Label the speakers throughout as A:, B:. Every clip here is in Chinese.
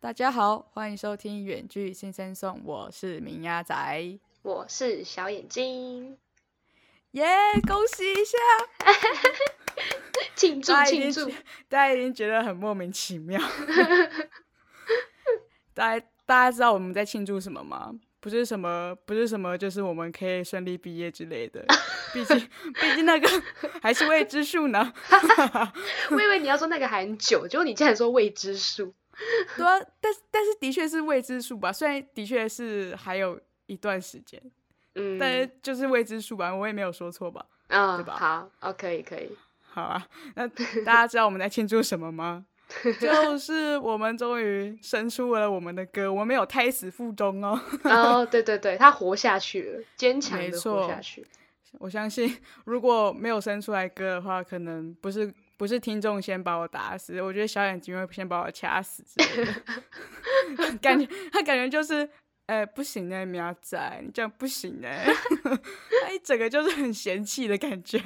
A: 大家好，欢迎收听《远距新生颂》，我是明鸭仔，
B: 我是小眼睛，
A: 耶、恭喜一下！
B: 庆祝
A: 大家一定
B: 庆祝
A: 觉， 大家一定觉得很莫名其妙。 大家大家知道我们在庆祝什么吗？不是什么，不是什么，就是我们可以顺利毕业之类 的。毕竟，毕竟那个 还是未知数呢。
B: 我以为你要说那个还很久，结果你竟然说未知数，
A: 对啊，但是但是的确是未知数吧。虽然的确是还有一段时间，
B: 嗯，
A: 但是就是未知数吧。我也没有说错吧？
B: 嗯，
A: 对吧
B: 好，哦，可以可 以，
A: 好啊， 那大家知道我们在庆祝什么吗？就是我们终于生出了我们的歌，我们没有胎死腹中哦。
B: 哦，对对对，他活下去了，坚强
A: 没
B: 的
A: 错
B: 活下去，
A: 我相信如果没有生出来歌的话，可能不是不是听众先把我打死，我觉得小眼睛会先把我掐死之类 的。感觉他感觉就是，哎、不行哎、苗仔，你这样不行哎、 他一整个就是很嫌弃的感觉。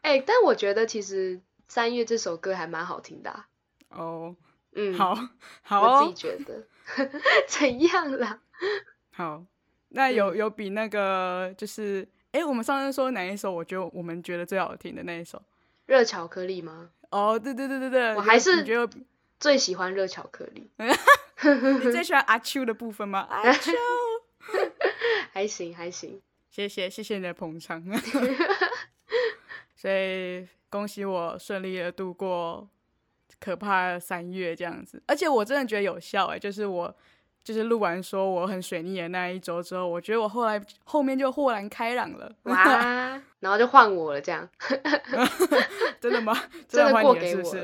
B: 哎，但我觉得其实三月这首歌还蛮好听的啊、
A: 哦，
B: 嗯，
A: 好，好
B: 我自己
A: 哦，
B: 觉得， 怎样啦？
A: 好。那有有比那个就是，哎、我们上次说哪一首？我觉得我们觉得最好听的那一首。
B: 热巧克力吗？
A: 哦，对对对对对，
B: 我还是
A: 你觉得 有比
B: 最喜欢热巧克力，
A: 嗯你最喜欢阿秋的部分吗？阿秋，
B: 还行还行，
A: 谢谢谢谢你的捧 场。所以恭喜我顺利的度过可怕的三月这样子，而且我真的觉得有效哎、就是我就是录完说我很水逆的那一周之后，我觉得我后来后面就豁然开朗了。
B: 哇，然后就换我了，这样
A: 真的吗？
B: 真
A: 的
B: 的
A: 换
B: 过
A: 你了
B: 给
A: 是不
B: 我
A: 是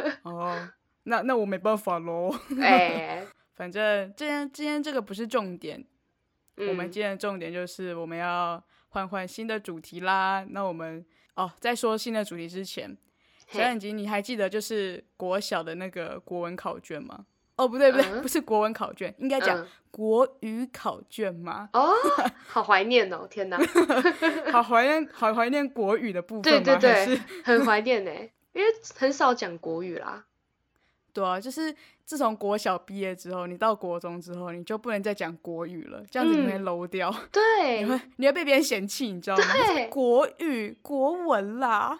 B: 了？，
A: 哦，那那我没办法喽。
B: 哎，
A: 反正今天今天这个不是重点，我们
B: 嗯
A: 今天的重点就是我们要换换新的主题啦。那我们哦，在说新的主题之前，小
B: 嘿
A: 眼睛，你还记得就是国小的那个国文考卷吗？哦，不对不对，
B: 嗯
A: 不是国文考卷，应该讲
B: 嗯？
A: 国语考卷吗
B: 哦，好怀念哦！ 天哪，
A: 好怀念，好怀念国语的部分
B: 对
A: 吗？
B: 对
A: 还
B: 对
A: 是，
B: 很怀念呢，欸因为很少讲国语啦。
A: 对啊，就是自从国小毕业之后，你到国中之后，你就不能再讲国语了，这样子你
B: 嗯
A: 会 low 掉，
B: 对
A: 你，会你会被别人嫌弃，你知道吗？
B: 对
A: 国语、国文 啦，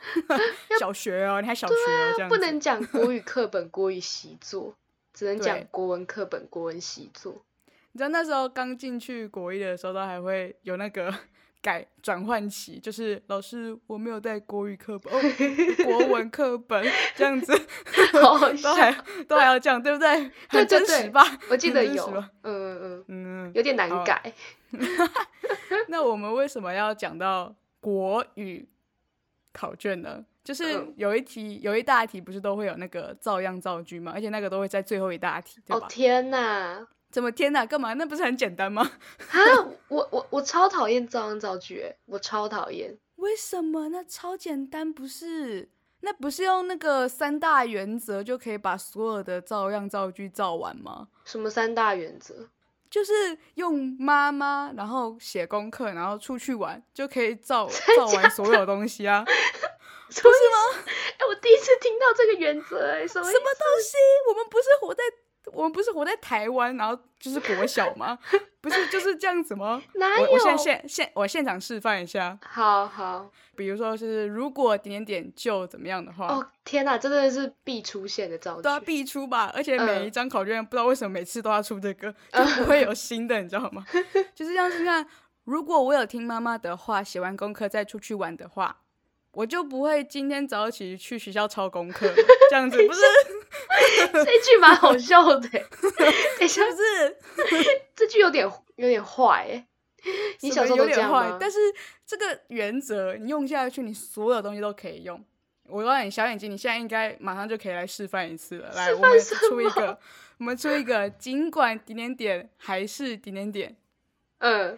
A: 小学哦，你还小学哦，这样子
B: 啊不能讲国语课本、国语习作，只能
A: 对
B: 讲国文课本、国文习作。
A: 你知道那时候刚进去国一的时候，都还会有那个 改转换期，就是老师我没有带国语课本，哦，国文课本这样子，
B: 好好笑
A: 都，还都还要这样，对不对？很
B: 对对
A: 真实吧？
B: 我记得
A: 很真实
B: 有，
A: 吧
B: 嗯嗯嗯，
A: 嗯，
B: 有点难
A: 好
B: 改。
A: 那我们为什么要讲到国语考卷呢？就是
B: 嗯
A: 有一题，有一大题不是都会有那个照样造句吗？而且那个都会在最后一大题，对
B: 哦
A: 吧？
B: 天哪，
A: 怎么天哪，干嘛？那不是很简单吗？
B: 啊， 我我我超讨厌照样造句，哎我超讨厌。
A: 为什么？那超简单，不是？那不是用那个三大原则就可以把所有的照样造句造完吗？
B: 什么三大原则？
A: 就是用妈妈，然后写功课，然后出去玩，就可以 造造完所有东西啊！
B: 什么意思？哎，我第一次听到这个原则，哎，什么意
A: 什么东西？我们不是活在我们不是活在台湾，然后就是国小 吗？不是就是这样子吗？
B: 哪
A: 我我现在
B: 有
A: 现现我现场示范一下，
B: 好好
A: 比如说是如果点点点就怎么样的话，
B: 哦，天哪，这真的是必出现的造
A: 都要
B: 句。
A: 必出吧，而且每
B: 嗯
A: 一张考卷不知道为什么每次都要出这 个，就不会有新的，你知道吗？就是像是看，如果我有听妈妈的话，写完功课再出去玩的话，我就不会今天早起去学校抄功课了，这样子不是
B: 这句蛮好笑的欸，等一下
A: 是，不是？
B: 这句有点有点坏哎。你
A: 什
B: 小
A: 么
B: 时候
A: 有
B: 都这
A: 点
B: 样
A: 坏
B: 吗，？
A: 但是这个原则你用下去，你所有东西都可以用。我告诉你，小眼睛，你现在应该马上就可以来示范一次了。来，我们出一个，我们出一个，尽管点点点还是点点点，
B: 嗯，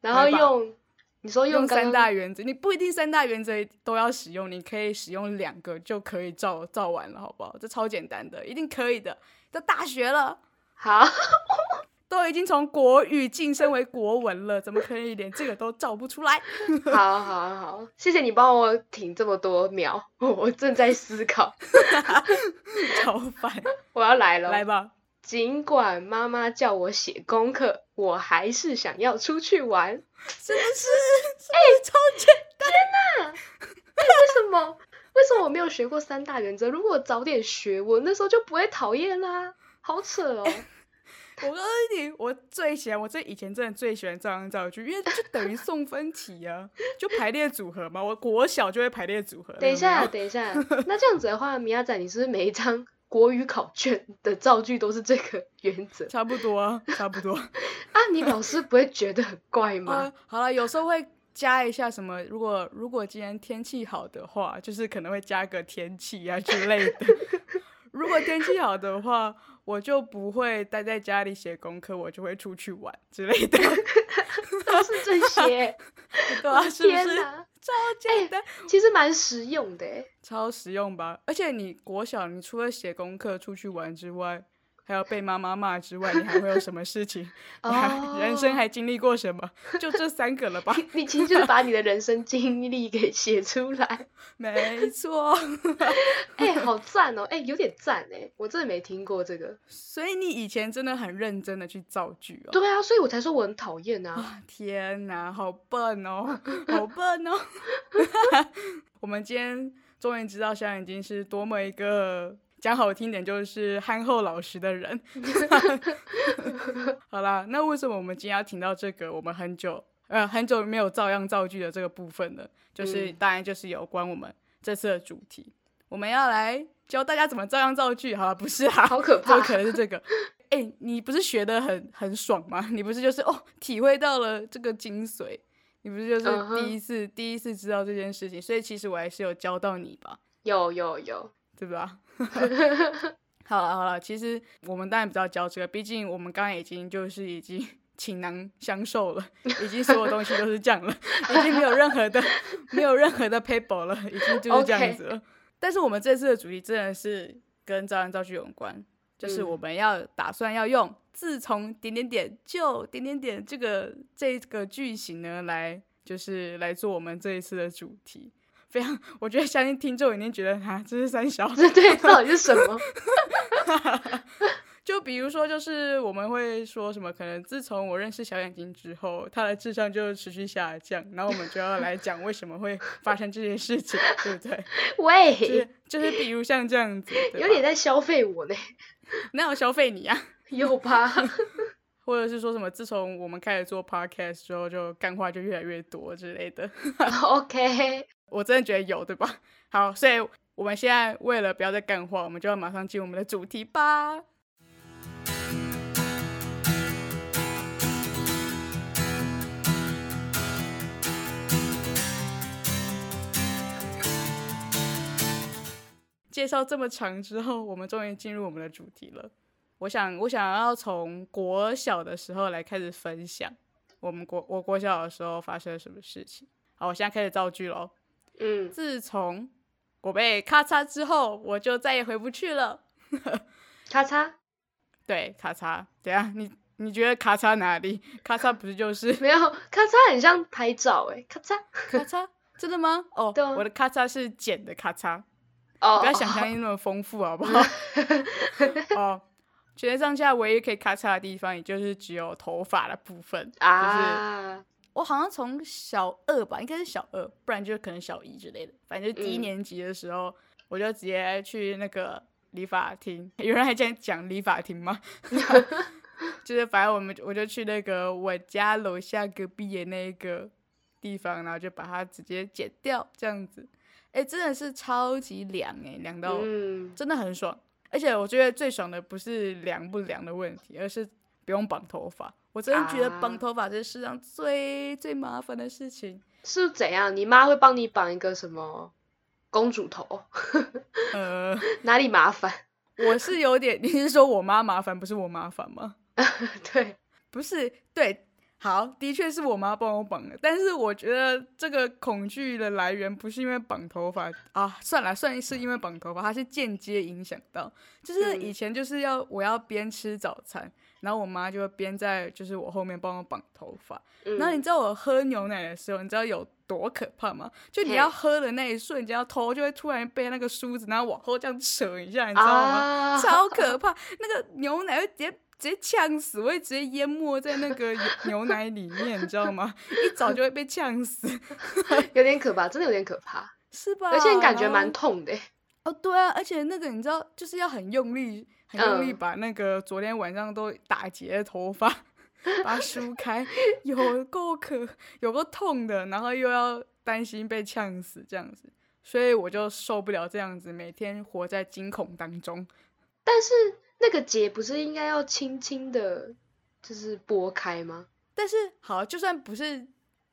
B: 然后
A: 来吧
B: 用你说
A: 用
B: 刚
A: 三
B: 刚
A: 大原则，你不一定三大原则都要使用，你可以使用两个就可以照照完了，好不好？这超简单的，一定可以的。到大学了，
B: 好，
A: 都已经从国语晋升为国文了，怎么可以连这个都照不出来？
B: 好，好，好，谢谢你帮我挺这么多秒， 我正在思考，
A: 超烦！
B: 我要来了。
A: 来吧，
B: 尽管妈妈叫我写功课，我还是想要出去玩。
A: 真的 是，哎，超简单，
B: 为什么？为什么我没有学过三大原则？如果我早点学，我那时候就不会讨厌啦。好扯哦！
A: 我告诉你，我最喜欢，我最以前真的最喜欢照样造句，因为就等于送分题啊，就排列组合嘛。我国小就会排列组合。
B: 等一
A: 有没
B: 下，
A: 有
B: 等一 下，那这样子的话，米亚仔，你是不是每一张国语考卷的造句都是这个 原则
A: 差不多啊，差不 多。
B: 啊？你老师不会觉得很怪
A: 啊
B: 吗？，
A: 好了，有时候会加一下什么，如果如果今天天气好的话，就是可能会加个天气啊之类的。 如果天气好的话，我就不会待在家里写功课，我就会出去玩之类的，
B: 都是这些，
A: 对啊，是不
B: 天
A: 是？
B: 哪，哎
A: 超简单，
B: 其实蛮实用的欸诶。
A: 超实用吧？而且你国小，你除了写功课、出去玩之外，还有被妈妈骂之外，你还会有什么事情？你还人生
B: 哦
A: 还经历过什么？就这三个了吧？
B: 你其实就是把你的人生经历给写出来，
A: 没错。
B: 哎、好赞哦，哎、有点赞哎，我真的没听过这个。
A: 所以你以前真的很认真的去造句哦。
B: 对啊，所以我才说我很讨厌啊。
A: 啊，天哪，好笨哦，好笨哦！ 我们今天终于知道小眼睛是多么一个讲好听点就是憨厚老实的人。 好啦，那为什么我们今天要听到这个我们很久呃很久没有照样造句的这个部分呢？就是、
B: 嗯
A: 当然就是有关我们这次的主题，我们要来教大家怎么照样造句。好了，不是啊，
B: 好可
A: 就
B: 怕！
A: 可能是这个。哎、你不是学的很很爽吗？你不是就是哦，体会到了这个精髓，你不是就是
B: 嗯哼
A: 第一次、第一次知道这件事情，所以其实我还是有教到你吧，
B: 有有有，
A: 对吧？ 好了好了，其实我们当然不知道教这个，毕竟我们刚刚已经就是已经 倾囊相授了，已经所有东西都是这样了，已经没有任何的没有任何的 paper 了，已经就是这样子了。 但是我们这次的主题真的是跟照样造句有关，就是
B: 嗯
A: 我们要打算要用自从点点点就点点点这个这个句型呢来就是来做我们这一次的主题。非常，我觉得相信听众已经觉得哈，这是三小
B: 这对到底是什 么？
A: 就比如说，就是我们会说什么？可能自从我认识小眼睛之后，他的智商就持续下降，然后我们就要来讲为什么会发生这些事情，对不对？就是
B: 喂，
A: 就是，比如像这样子，对吧
B: 有点在消费我呢，
A: 哪有消费你啊？
B: 有吧？
A: 或者是说什么？自从我们开始做 podcast 之后，就干话就越来越多之类的。
B: OK，
A: 我真的觉得有，对吧？好，所以我们现在为了不要再干话，我们就要马上进我们的主题吧。介绍这么长之后，我们终于进入我们的主题了。我想，我想要从国小的时候来开始分享，我们国我国小的时候发生了什么事情。好，我现在开始造句喽。
B: 嗯，
A: 自从我被咔嚓之后，我就再也回不去了。
B: 咔嚓，
A: 对，咔嚓，等一下你你觉得咔嚓哪里？咔嚓不是就是
B: 没有咔嚓，很像拍照哎，咔嚓。
A: 咔嚓？真的吗？哦
B: 对啊，
A: 我的咔嚓是剪的咔嚓，
B: 哦，
A: 不要想象力那么丰富，好不好？ 哦，全身上下唯一可以咔嚓的地方，也就是只有头发的部分。
B: 啊，
A: 我好像从小二吧，应该是小二，不然就可能小一之类的。反正就第一
B: 嗯
A: 年级的时候，我就直接去那个理发厅。 有人还这样讲理发厅吗？ 就是反正我们我就去那个我家楼下隔壁的那个地方，然后就把它直接剪掉，这样子。哎、真的是超级凉哎、凉到、
B: 嗯，
A: 真的很爽。而且我觉得最爽的不是凉不凉的问题，而是不用绑头发。我真的觉得
B: 啊
A: 绑头发这世上最最麻烦的事情。
B: 是怎样？你妈会帮你绑一个什么公主头？
A: 呃，
B: 哪里麻烦？
A: 我是有点， 你是说我妈麻烦，不是我麻烦吗？
B: 对，
A: 不是，对，好，的确是我妈帮我绑的，但是我觉得这个恐惧的来源不是因为绑头发啊，算了，算是因为绑头发，它是间接影响到，就是
B: 嗯
A: 以前就是要我要边吃早餐，然后我妈就会边在就是我后面帮我绑头发，然后你
B: 嗯，
A: 知道我喝牛奶的时候，你知道有多可怕吗？就你
B: 嘿
A: 要喝的那一瞬间，要头就会突然被那个梳子，然后往后这样扯一下，你知道吗？
B: 啊，
A: 超可怕，那个牛奶会直接直接呛死，我会直接淹没在那个牛牛奶里面，你知道 吗？一早就会被呛死，
B: 有点可怕，真的有点可 怕，
A: 是吧？
B: 而且你感觉
A: 然后
B: 蛮痛的欸。
A: 哦，对啊，而且那个你知道，就是要很用力，很用力
B: 嗯
A: 把那个昨天晚上都打结的头 发把它梳开，有够可，有够痛的，然后又要担心被呛死这样子，所以我就受不了这样子，每天活在惊恐当中。
B: 但是那个结不是应该要轻轻的，就是拨开吗？
A: 但是好，就算不是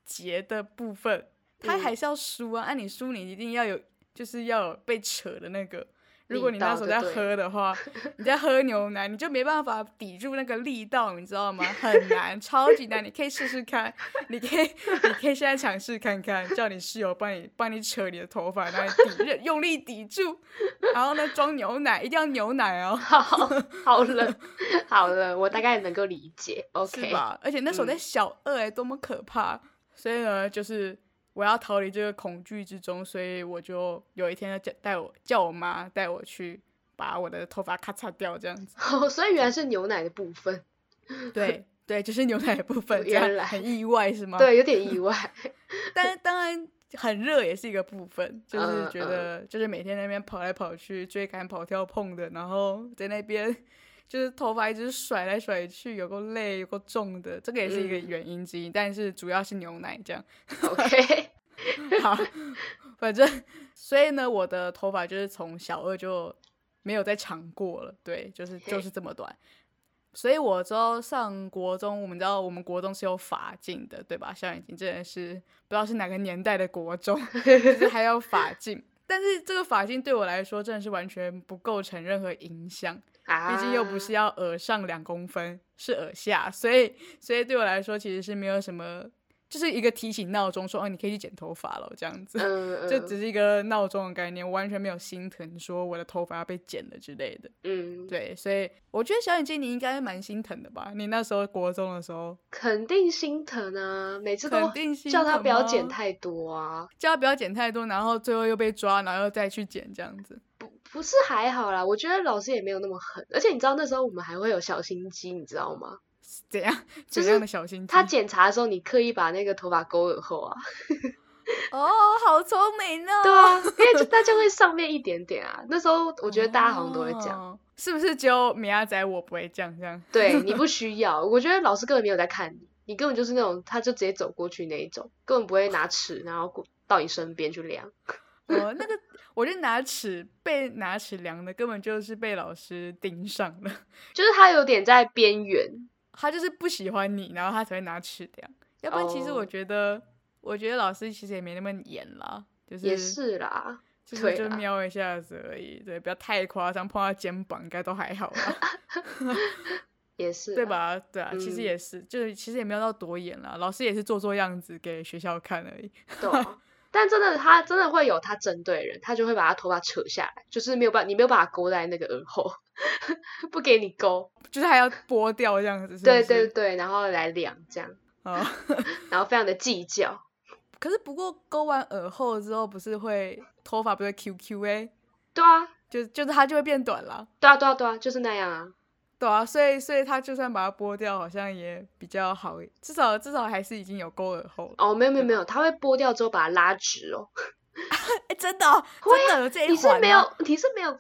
A: 结的部分，它
B: 嗯
A: 还是要梳啊。按、你梳，你一定要有，就是要有被扯的那个。如果
B: 力
A: 你那
B: 道
A: 时候
B: 就
A: 在
B: 对
A: 喝的 话，你在喝牛奶，你就没办法抵住那个力道，你知道吗？很难，超级难。你可以试试看，你可以，你可以现在尝试看看，叫你室友帮你帮你扯你的头发，然后你抵用力抵住，然后呢装牛奶，一定要牛奶哦。
B: 好，好 了，好了，我大概能够理解。OK，
A: 是吧？而且那时候在
B: 嗯
A: 小二哎、多么可怕！所以呢，就是我要逃离这个恐惧之中，所以我就有一天叫带我叫我妈带我去把我的头发咔嚓掉，这 样子。
B: 所以原来是牛奶的部分，
A: 对对，就是牛奶的部分，这
B: 原
A: 样
B: 来
A: 很意外 是吗？，
B: 对，有点 意外。
A: 但当然。很热也是一个部分，就是
B: 嗯
A: 觉得就是每天在那边跑来跑去、追赶、跑跳、碰的，然后在那边 就是头发一直甩来甩去，有够累、有够重的，这个也是一个
B: 嗯
A: 原因之一。但是主要是牛奶这样。
B: OK，
A: 好，反正所以呢，我的头发就是从小二就没有再长过了，对，就是就是这么短。所以我之后上国中，我们知道我们国中是有法镜的，对吧？校园镜真的是不知道是哪个年代的国中，就是还有法镜。 但是这个法镜对我来说真的是完全不构成任何影响，
B: 啊，
A: 毕竟又不是要耳上两公分，是耳下，所以所以对我来说其实是没有什么，就是一个提醒闹钟说哦，你可以去剪头发了这样子，
B: 嗯，嗯，
A: 就只是一个闹钟的概念，我完全没有心疼说我的头发要被剪了之类的。
B: 嗯，
A: 对，所以我觉得小眼睛你应该蛮心疼的吧？你那时候国中的时候，
B: 肯定心疼啊，每次都
A: 肯定心
B: 叫他
A: 疼
B: 不要
A: 啊
B: 剪太多啊。
A: 叫他不要剪太多，然后最后又被抓，然后又再去剪这样子。
B: 不是还好啦，我觉得老师也没有那么狠，而且你知道那时候我们还会有小心机，你知道吗？
A: 怎样？
B: 就
A: 怎
B: 是
A: 样的小心机？
B: 他检查的时候，你刻意把那个头发勾耳后 啊，
A: 哦，好聪明哦！
B: 对啊，因为就大家会上面一点点啊。那时候我觉得大家好像都会这样，
A: 哦是不是只有米亚仔我不会这样这 样？
B: 对你不需要，我觉得老师根本没有在看你，你根本就是那种他就直接走过去那一种，根本不会拿尺然后过到你身边去量。
A: 我哦那个，我就拿尺被拿尺量的，根本就是被老师盯上了。
B: 就是他有点在边缘，
A: 他就是不喜欢你，然后他才会拿尺量。要不然，其实我
B: 哦
A: 觉得我觉得老师其实也没那么严啦，就是
B: 也是啦，
A: 就是
B: 对
A: 就
B: 啦
A: 瞄一下子而已，对，不要太夸张，碰到肩膀应该都还好啦，
B: 也 是
A: 对
B: 啦？
A: 吧？对啊，其实
B: 嗯
A: 也是，就是其实也没有到多严啦，老师也是做做样子给学校看而已。
B: 对啊但真的，他真的会有他针对的人，他就会把他头发扯下来，就是没有办法，你没有把他勾在那个耳后， 不给你勾。
A: 就是还要剥掉这样子，是不
B: 对
A: 是
B: 对对，然后来量这样，
A: 哦，
B: 然后非常的计较。
A: 可是不过勾完耳后之后，不是会头发不是 QQ 哎、
B: 对啊，
A: 就就是它就会变短了，
B: 对啊，对啊，对啊，就是那样啊。
A: 对啊，所以所以它就算把它剥掉，好像也比较好，至少至少还是已经有勾耳后了。
B: 哦，没有没有没有，他会剥掉之后把它拉直哦。
A: 哎、真的、哦，
B: 会
A: 真的有这一
B: 你
A: 环、啊
B: 是没有，，你是没有，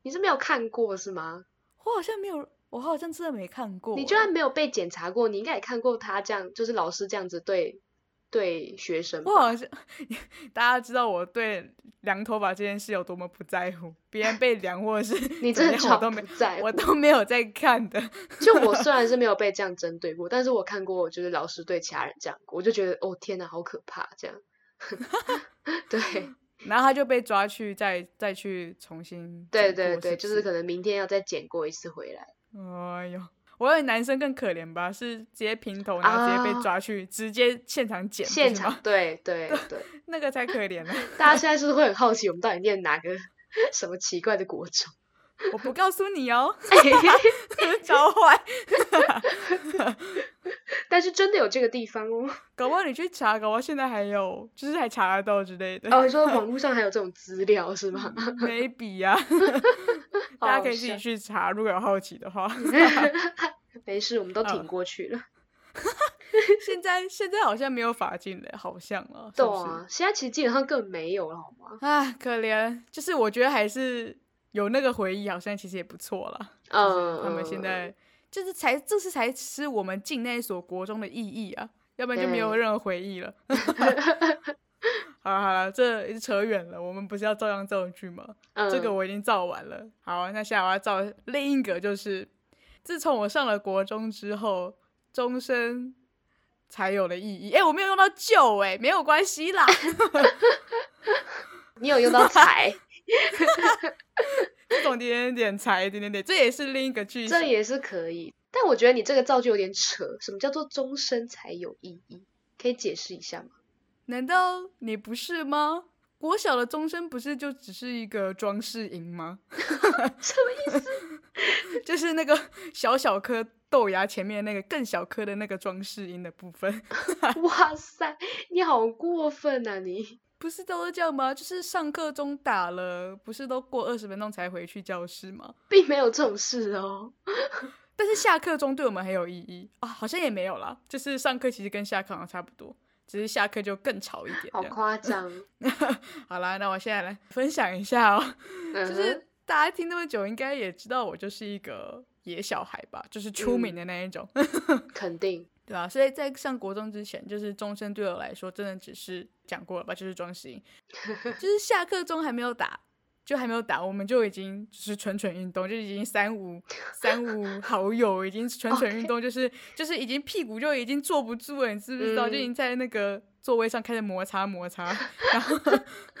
B: 你是没有看过是吗？
A: 我好像没有，我好像真的没看过欸。
B: 你居然没有被检查过，你应该也看过他这样，就是老师这样子对对学生吧。
A: 我好像 大家知道我对量头发这件事有多么不在乎，别人被量或者是
B: 你
A: 怎
B: 真的
A: 样我
B: 超
A: 都
B: 不
A: 没
B: 在乎
A: 我都没有在看的。
B: 就我虽然是没有被这样针对过，但是我看过，就是老师对其他人这样过，我就觉得哦天哪，好可怕这样。 对
A: 然后他就被抓去再再去重新
B: 对
A: 剪
B: 对
A: 过
B: 对，
A: 不
B: 就是可能明天要再剪过一次回来。
A: 哎呦，我有男生更可怜吧，是直接平头，然后直接被
B: 啊
A: 抓去，直接现场剪，不
B: 现
A: 是
B: 场
A: 吗
B: 对 对对，
A: 那个才可怜呢、
B: 大家现在是不是会很好奇我们到底念哪个 什么奇怪的国 中？
A: 我不告 诉你哦，
B: 哎
A: 超坏。
B: 但是真的有这个地方哦。
A: 搞不好你去查，搞不好现在还有，就是还查得到之类 的。
B: 哦，你说网络上还有这种资料 是吗？
A: ，maybe 啊，大家可以自己
B: 好
A: 去查，如果有好奇的 话。
B: 没事，我们都挺
A: 嗯
B: 过去了。
A: 现在现在好像没有法禁了，好像了，是
B: 对
A: 不是？
B: 啊，现在其实基本上更没有了，好吗？
A: 啊，可怜，就是我觉得还是有那个回忆，好像其实也不错啦。就是
B: 嗯，
A: 他们现在就是才这是才是我们境内所国中的意义啊，要不然就没有
B: 对
A: 任何回忆 了。好了好了，这也是扯远了。我们不是要照样造句吗？
B: 嗯
A: 这个我已经造完了。好，啊那现在我要造另一个，就是自从我上了国中之后，终身才有了意义。哎、我没有用到旧，哎，没有关系啦。
B: 你有用 到彩，
A: 这种点点点才点点点，这也是另一个句
B: 这
A: 型。
B: 也是可以。但我觉得你这个造句有点扯，什么叫做终身才有意义？可以解释一下 吗？
A: 难道你不是吗？国小的钟声不是就只是一个装饰营吗？
B: 什么意思？
A: 就是那个小小颗豆芽前面那个更小颗的那个装饰音的部分，
B: 哇塞，你好过分啊你！
A: 不是都是这样吗？就是上课钟打了，不是都过二十分钟才回去教室吗？
B: 并没有这种事哦。
A: 但是下课钟对我们很有意义啊，好像也没有啦，就是上课其实跟下课好像差不多，只是下课就更吵一点这
B: 好
A: 样。
B: 夸张，
A: 好啦，那我现在来分享一下哦。
B: 就
A: 就是大家听那么久，应该也知道我就是一个野小孩吧，就是出名的那一种，
B: 肯定，
A: 对吧、所以在上国中之前，就是钟声对我来说，真的只是讲过了吧，就是装 饰音，就是下课钟还没有打，就还没有打，我们就已经就是蠢蠢运动，就已经三五三 五好友已经蠢蠢运动，就是就是已经屁股就已经坐不住了，你知不知道？
B: 嗯
A: 就已经在那个座位上开始摩擦摩擦，然 后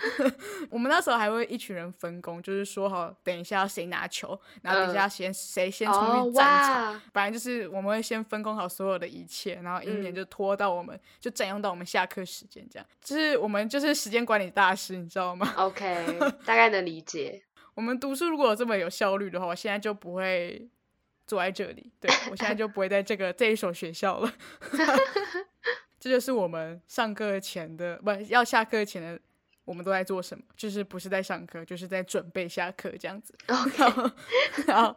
A: 我们那时候还会一群人分工，就是说好等一下谁拿球，然后等一下先谁先
B: 哦
A: 冲去战场。
B: 哇，
A: 反正就是我们会先分工好所有的一切，然后以免
B: 嗯
A: 就拖到我们、就占用到我们下课时间，这样就是我们就是时间管理大师，你知道吗？
B: OK，大概能理解。
A: 我们读书如果有这么有效率的话，我现在就不会坐在这里，对我现在就不会在这个这一所学校了。这就是我们上课前的，不要下课前的，我们都在做什么？就是不是在上课，就是在准备下课这样子。然
B: OK，
A: 后，然后，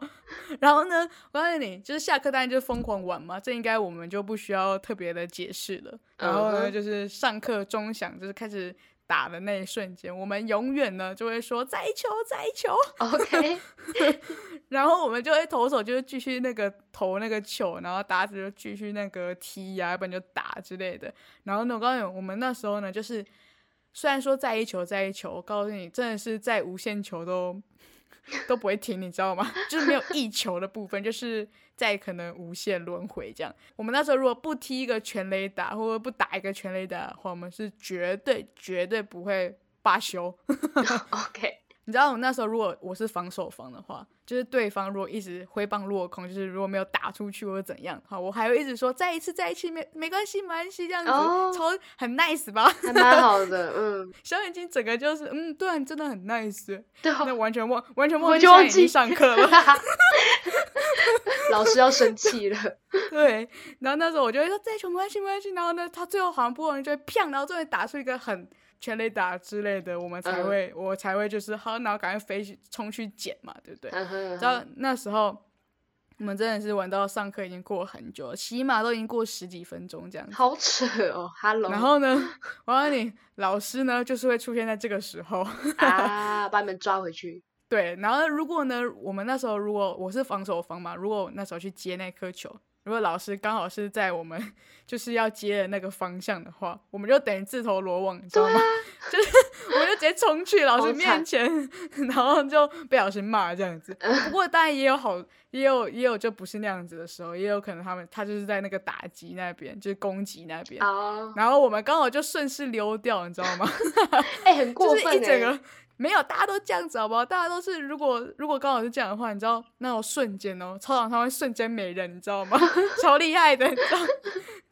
A: 然后呢？我告诉你，就是下课当然就疯狂玩嘛，这应该我们就不需要特别的解释了。然后
B: 嗯
A: 呢，
B: 哼
A: 就是上课钟响，就是开始打的那一瞬间，我们永远呢就会说再球再球，
B: OK，
A: 然后我们就会投手就是继续那个投那个球，然后打者就继续那个踢呀、要不然就打之类的。然后呢，我告诉你，我们那时候呢，就是虽然说在一球在一球，我告诉你，真的是在无限球都都不会停，你知道吗？ 就是没有一球的部分，就是在可能无限轮回这样。我们那时候如果不踢一个全垒打，或者不打一个全垒打的话，我们是绝对绝对不会罢休。
B: OK，
A: 你知道我那时候如果我是防守方的话，就是对方如果一直挥棒落空，就是如果没有打出去或者怎样，好，我还会一直说再一次再一次没没关系没关系这样子，
B: 哦
A: 超很 nice 吧？
B: 还蛮好的，嗯，
A: 小眼睛整个就是嗯，对、啊，你真的很 nice，
B: 对哦，
A: 那完全忘完全
B: 我
A: 忘记
B: 就
A: 小
B: 忘
A: 眼睛
B: 记
A: 上课 了。
B: 老师要生气了，
A: 对，然后那时候我就会说这球没关系没关系，然后呢，他最后好像不容易就会砰，然后终于打出一个很全垒打之类的，我们才
B: 嗯
A: 会、我才会就是好，然后赶快飞去冲去捡嘛，对不对？
B: 嗯哼
A: 你知道那时候我们真的是玩到上课已经过很久了，起码都已经过十几分钟这样子。
B: 好扯哦，Hello，
A: 然后呢，我告诉你，老师呢就是会出现在这个时候。
B: 啊，把你们抓回去，
A: 对，然后如果呢，我们那时候如果我是防守方嘛，如果我那时候去接那颗球，如果老师刚好是在我们 就是要接的那个方向的话，我们就等于自投罗网，你知道吗？ 就是我们就直接冲去老师
B: 好惨
A: 面前， 然后就被老师骂这样 子。不过当然也有好，也有也有就不是那样子的时候，也有可能他们他就是在那个打击那边，就是攻击那边。
B: 哦，
A: 然后我们刚好就顺势溜掉，你知道吗？
B: 哎，很过
A: 就
B: 分
A: 是一整
B: 哎，
A: 个没有，大家都这样子好不好？大家都是如果如果刚好是这样的话，你知道那种瞬间哦，操场上会瞬间没人，你知道吗？ 超厉害的，你知道，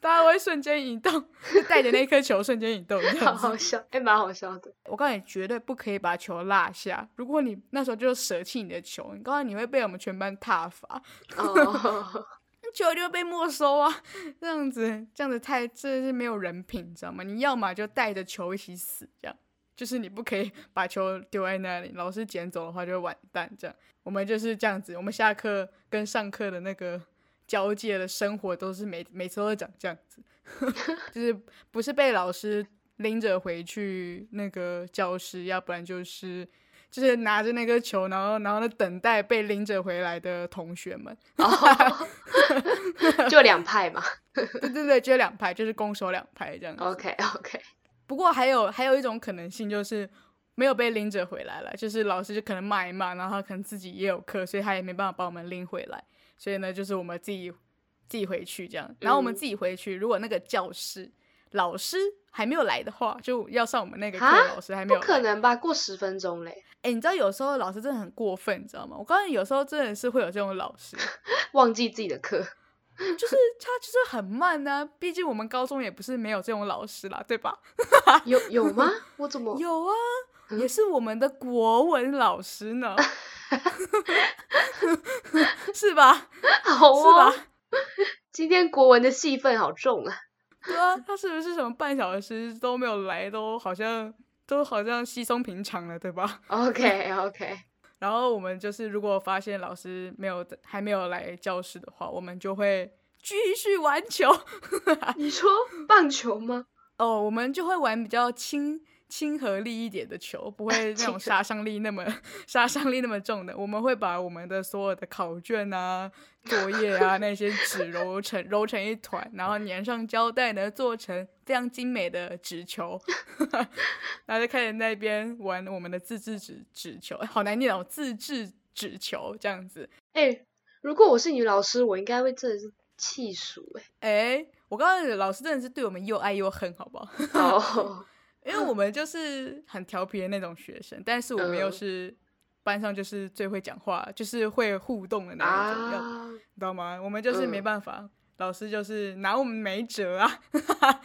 A: 大家会瞬间移动，就带着那颗球瞬间移动这
B: 好
A: 样
B: 好
A: 子。
B: 笑，哎，蛮好笑的，
A: 我告诉你，绝对不可以把球落下。如果 你那时候就舍弃你的球，你告诉你会被我们全班挞伐。
B: 哦，
A: 球就会被没收啊！ 这样子，这样子太真的是没有人品，你知道吗？你要么就带着球一起死，这样就是你不可以 把球丢在那里，老师捡走的话就会完蛋。这样，我们就是这样子，我们下课跟上课的那个交界的生活都是每每次都长这样子， 就是不是被老师拎着回去那个教室，要不然就是。就是拿着那个球，然后然后呢等待被拎着回来的同学们，
B: 哦，就两派嘛。
A: 对对对，就两派，就是攻守两派这样子。
B: OK OK，
A: 不过还有还有一种可能性就是没有被拎着回来了，就是老师就可能骂一骂，然后他可能自己也有课，所以他也没办法把我们拎回来，所以呢，就是我们自己自己回去这样。然后
B: 嗯
A: 我们自己回去，如果那个教室老师还没有来的话，就要上我们那个课，
B: 啊
A: 老师还没
B: 不
A: 有
B: 可
A: 来。
B: 能吧？过十分钟嘞，
A: 哎、你知道有时候老师真的很过分，你知道吗？我告诉你，有时候真的是会有这种老师，
B: 忘记自己 的课。
A: 就是他就是很慢呢、毕竟我们高中也不是没有这种老师啦，对吧？
B: 有有吗？我怎么？
A: 有啊，也是我们的国文老师呢，是吧？
B: 好
A: 是
B: 哦，
A: 吧？
B: 今天国文的戏份好重啊。
A: 对啊，他是不是什么半小时都没有来，都好像都好像稀松平常了，对吧？
B: OK OK，
A: 然后我们就是如果发现老师没有还没有来教室的话，我们就会继续玩球。
B: 你说棒球吗？
A: 哦，我们就会玩比较亲亲和力一点的球，不会那
B: 亲
A: 种
B: 和
A: 杀伤力那么杀伤力那么重的。我们会把我们的所有的考卷啊、作业啊那些纸揉成揉成一团，然后粘上胶带呢，做成非常精美的纸球， 然后就开始那边玩我们的自制纸纸球，哎好难念哦，自制纸球这样子。
B: 哎、如果我是你老师，我应该会真的是气数 哎、
A: 哎，我告诉你，老师真的是对我们又爱又恨，好不好？
B: 哦，
A: 因为我们就是很调皮的那种学生，但是我们又
B: 嗯
A: 是班上就是最会讲话，就是会互动的那一种，要
B: 啊，
A: 你知道吗？我们就是没
B: 嗯
A: 办法，老师就是拿我们没辙啊。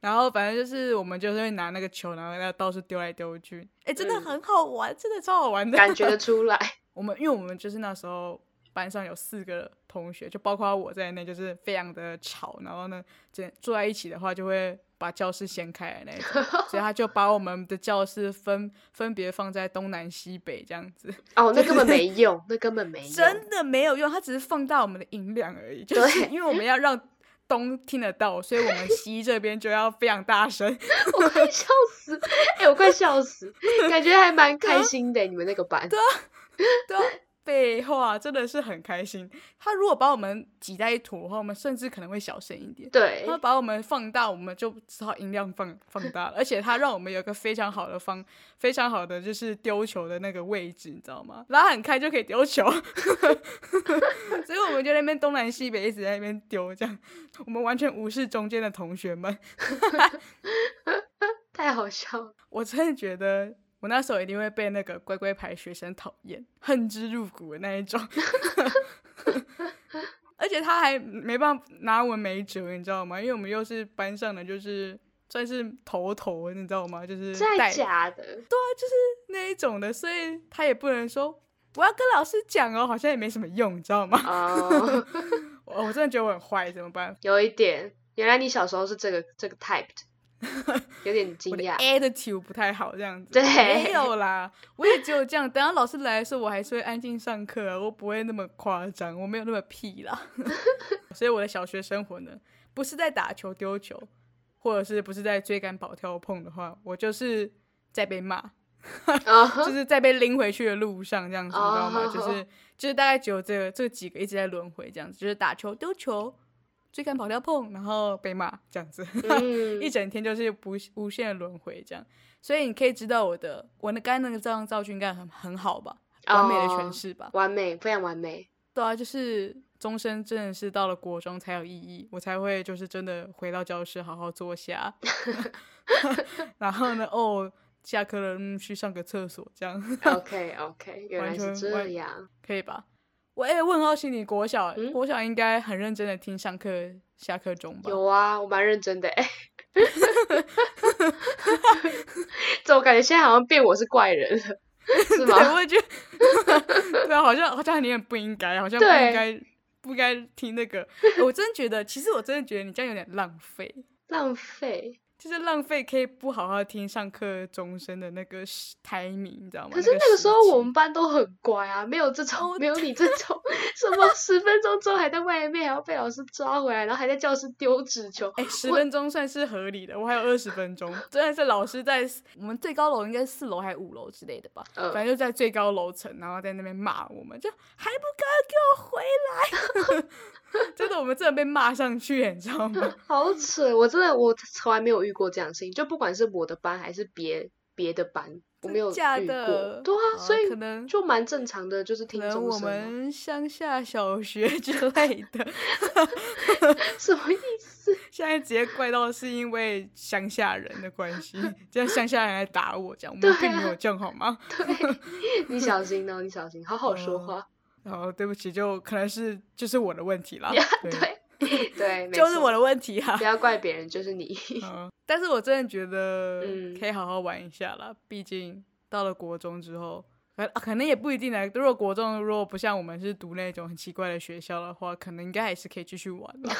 A: 然后反正就是我们就是会拿那个球，然后要到处丢来丢去，哎，真的
B: 嗯
A: 很好玩，真的超好玩的。
B: 感觉得出来。
A: 我们因为我们就是那时候班上有四个同学，就包括我在内，就是非常的吵，然后呢，这坐在一起的话就会把教室掀开来那一 种，所以他就把我们的教室分分别放在东南西北这样子，
B: 哦，那根本没用，那根本没用。
A: 真的没有用，他只是放大我们的音量而已，就
B: 对
A: 是因为我们要让。东听得到，所以我们 西这边就要非常大声。
B: 我快笑死！哎、我快笑死，感觉还蛮
A: 嗯
B: 开心的、你们那个班。
A: 对啊，废话，真的是很开心。他如果把我们挤在一坨的话，我们甚至可能会小声一点。
B: 对
A: 他把我们放大，我们就只好音量放放大了。而且他让我们有一个非常好的方，非常好的就是丢球的那个位置，你知道吗？拉很开就可以丢球， 所以我们就在那边东南西北一直在那边丢，这样我们完全无视中间的同学们。
B: 太好笑了。
A: 我真的觉得我那时候一定会被那个乖乖牌学生讨厌，恨之入骨的那一种。 而且他还没办法拿我们没辙，你知道吗？因为我们又是班上的，就是算是头头，你知道吗？就是
B: 真
A: 嗯带
B: 的 假的？
A: 那一种的，所以他也不能说我要跟老师讲哦，好像也没什么用，你知道吗？
B: 哦，
A: 我我真的觉得我很坏，怎么办？
B: 有一点，原来你小时候是这个这个 type 的，有点惊
A: 我的
B: 讶。
A: attitude 不太好，这样子。
B: 对
A: 没有啦，我也只有这样。等到老师来的时候，我还是会安静上课、啊，我不会那么夸张，我没有那么屁啦。所以我的小学生活呢，不是在打球丢球，或者是不是在追赶跑跳碰的话，我就是在被骂，就
B: 哦
A: 是在被拎回去的路上这样子，你知道吗
B: 哦
A: 就是就是大概只有这个这几个一直在轮回这样子，就是打球丢球。追赶跑跳碰，然后被骂这样子，
B: 嗯
A: 一整天就是不无限的轮回这样，所以你可以知道我的我的刚才那个这张造句应该很很好吧，完美的诠释吧。
B: 完美，非常 完美。
A: 对啊，就是终身真的是到了国中才有意义，我才会就是真的回到教室好好坐 下， 然后呢，哦，下课了，嗯，去上个厕所，这样
B: OK OK，原
A: 完
B: 来是
A: 全
B: 这
A: 完
B: 样。
A: 可以吧？我哎、问好奇你国小、
B: 嗯
A: 国小应该很认真的听上课下课钟吧？
B: 有啊，我蛮认真的哎、 怎么感觉现在好像变我是怪人了，是
A: 对，啊
B: 吗？
A: 我也觉得，对啊，好像好像你很不应该，好像不
B: 对
A: 应该不该听那个。哎我真觉得，其实我真的觉得你这样有点浪费，
B: 浪费。
A: 就是浪费可以不好好听上课钟声的那个时 timing，你知道吗？
B: 可是那个
A: 时
B: 时候我
A: 期
B: 们班都很乖啊，没有这种，
A: 哦
B: 没有你这 种什么十分钟之后还在外面，还要被老师抓回来，然后还在教室丢纸球。
A: 哎，十分钟算是合理的，我还有二十分钟。真的是老师在我们最高楼应该是四楼还是五楼之类的吧，
B: 嗯
A: 反正就在最高楼层，然后在那边骂我们，就还不赶快给我回来！ 真的，我们真的被骂上去，你知道吗？
B: 好扯！我真的我从来没有遇过这样的事情，就不管是我的班还是别别的班，我没有遇
A: 假
B: 过。
A: 的，呃
B: 对啊，所以
A: 可能
B: 就蛮正常的，就是
A: 可
B: 听
A: 能
B: 钟
A: 我
B: 声啊。
A: 们乡下小学之类的，
B: 什么意思？
A: 现在直接怪到是因为乡下人的关系，这样乡下人来打我，这样我
B: 对
A: 们
B: 啊
A: 并没有这样好吗？
B: 对， 你小心哦，你小心，好好说
A: 嗯
B: 话。
A: 然后对不起，就可能是就是我的问题啦，对
B: 对对，没
A: 就是
B: 错啊
A: 我的问题啊哈、
B: 不要怪别人，就是你。
A: 嗯，但是我真的觉得
B: 嗯
A: 可以好好玩一下啦，毕竟到了国中之后，可、啊、可能也不一定呢。如果国中如果不像我们是读那种很奇怪的学校的话，可能应该还是可以继续玩 吧，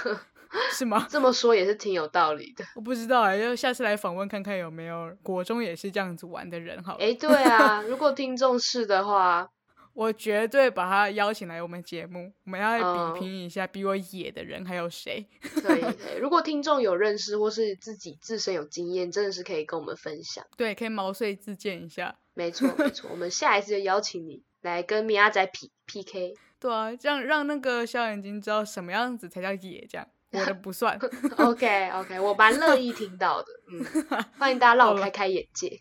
A: 是吗？
B: 这么说也是挺有道理的。
A: 我不知道哎、要下次来访问看看有没有国中也是这样子玩的人好了。
B: 哎，对啊，如果听众是的话，
A: 我绝对把他邀请来我们节目，我们要
B: 哦
A: 比拼一下比我野的人还有谁。
B: 可以。可以如果听众有认识或是自己自身有经验，真的是可以跟我们分享。
A: 对，可以毛遂自荐一下。
B: 没错，没错，我们下一次就邀请你来跟米阿仔 P PK。
A: 对啊，这样让那个小眼睛知道什么样子才叫野，这样我的不算。
B: OK OK，我蛮乐意听到的，嗯， 欢迎大家让
A: 好
B: 我
A: 了
B: 开开眼界。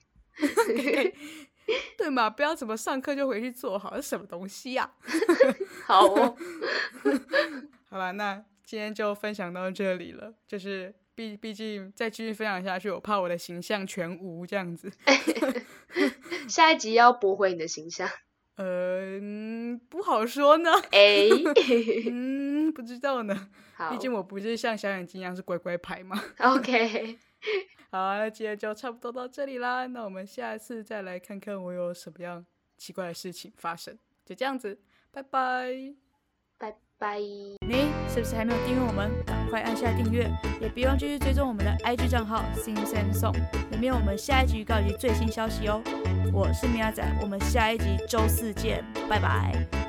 A: 对嘛？不要怎么上课就回去做好，是什么东西呀、
B: 好哦，
A: 好了，那今天就分享到这里了。就是毕毕竟再继续分享下去，我怕我的形象全无这样子。
B: 下一集要驳回你的形象。
A: 呃，嗯不好说呢，
B: 哎，
A: 嗯，不知道呢。
B: 好
A: 毕竟我不是像小眼睛一样是乖乖牌嘛。
B: ，OK，
A: 好啊，那今天就差不多到这里啦。那我们下次再来看看我有什么样奇怪的事情发生。就这样子，拜拜。
B: 拜拜。
C: 你是不是还没有订阅我们？赶快按下订阅，也别忘继续追踪我们的 IG 账号 Sing Sam Song，里面有我们下一集预告以及最新消息哦。我是米亚仔，我们下一集周四见，拜拜。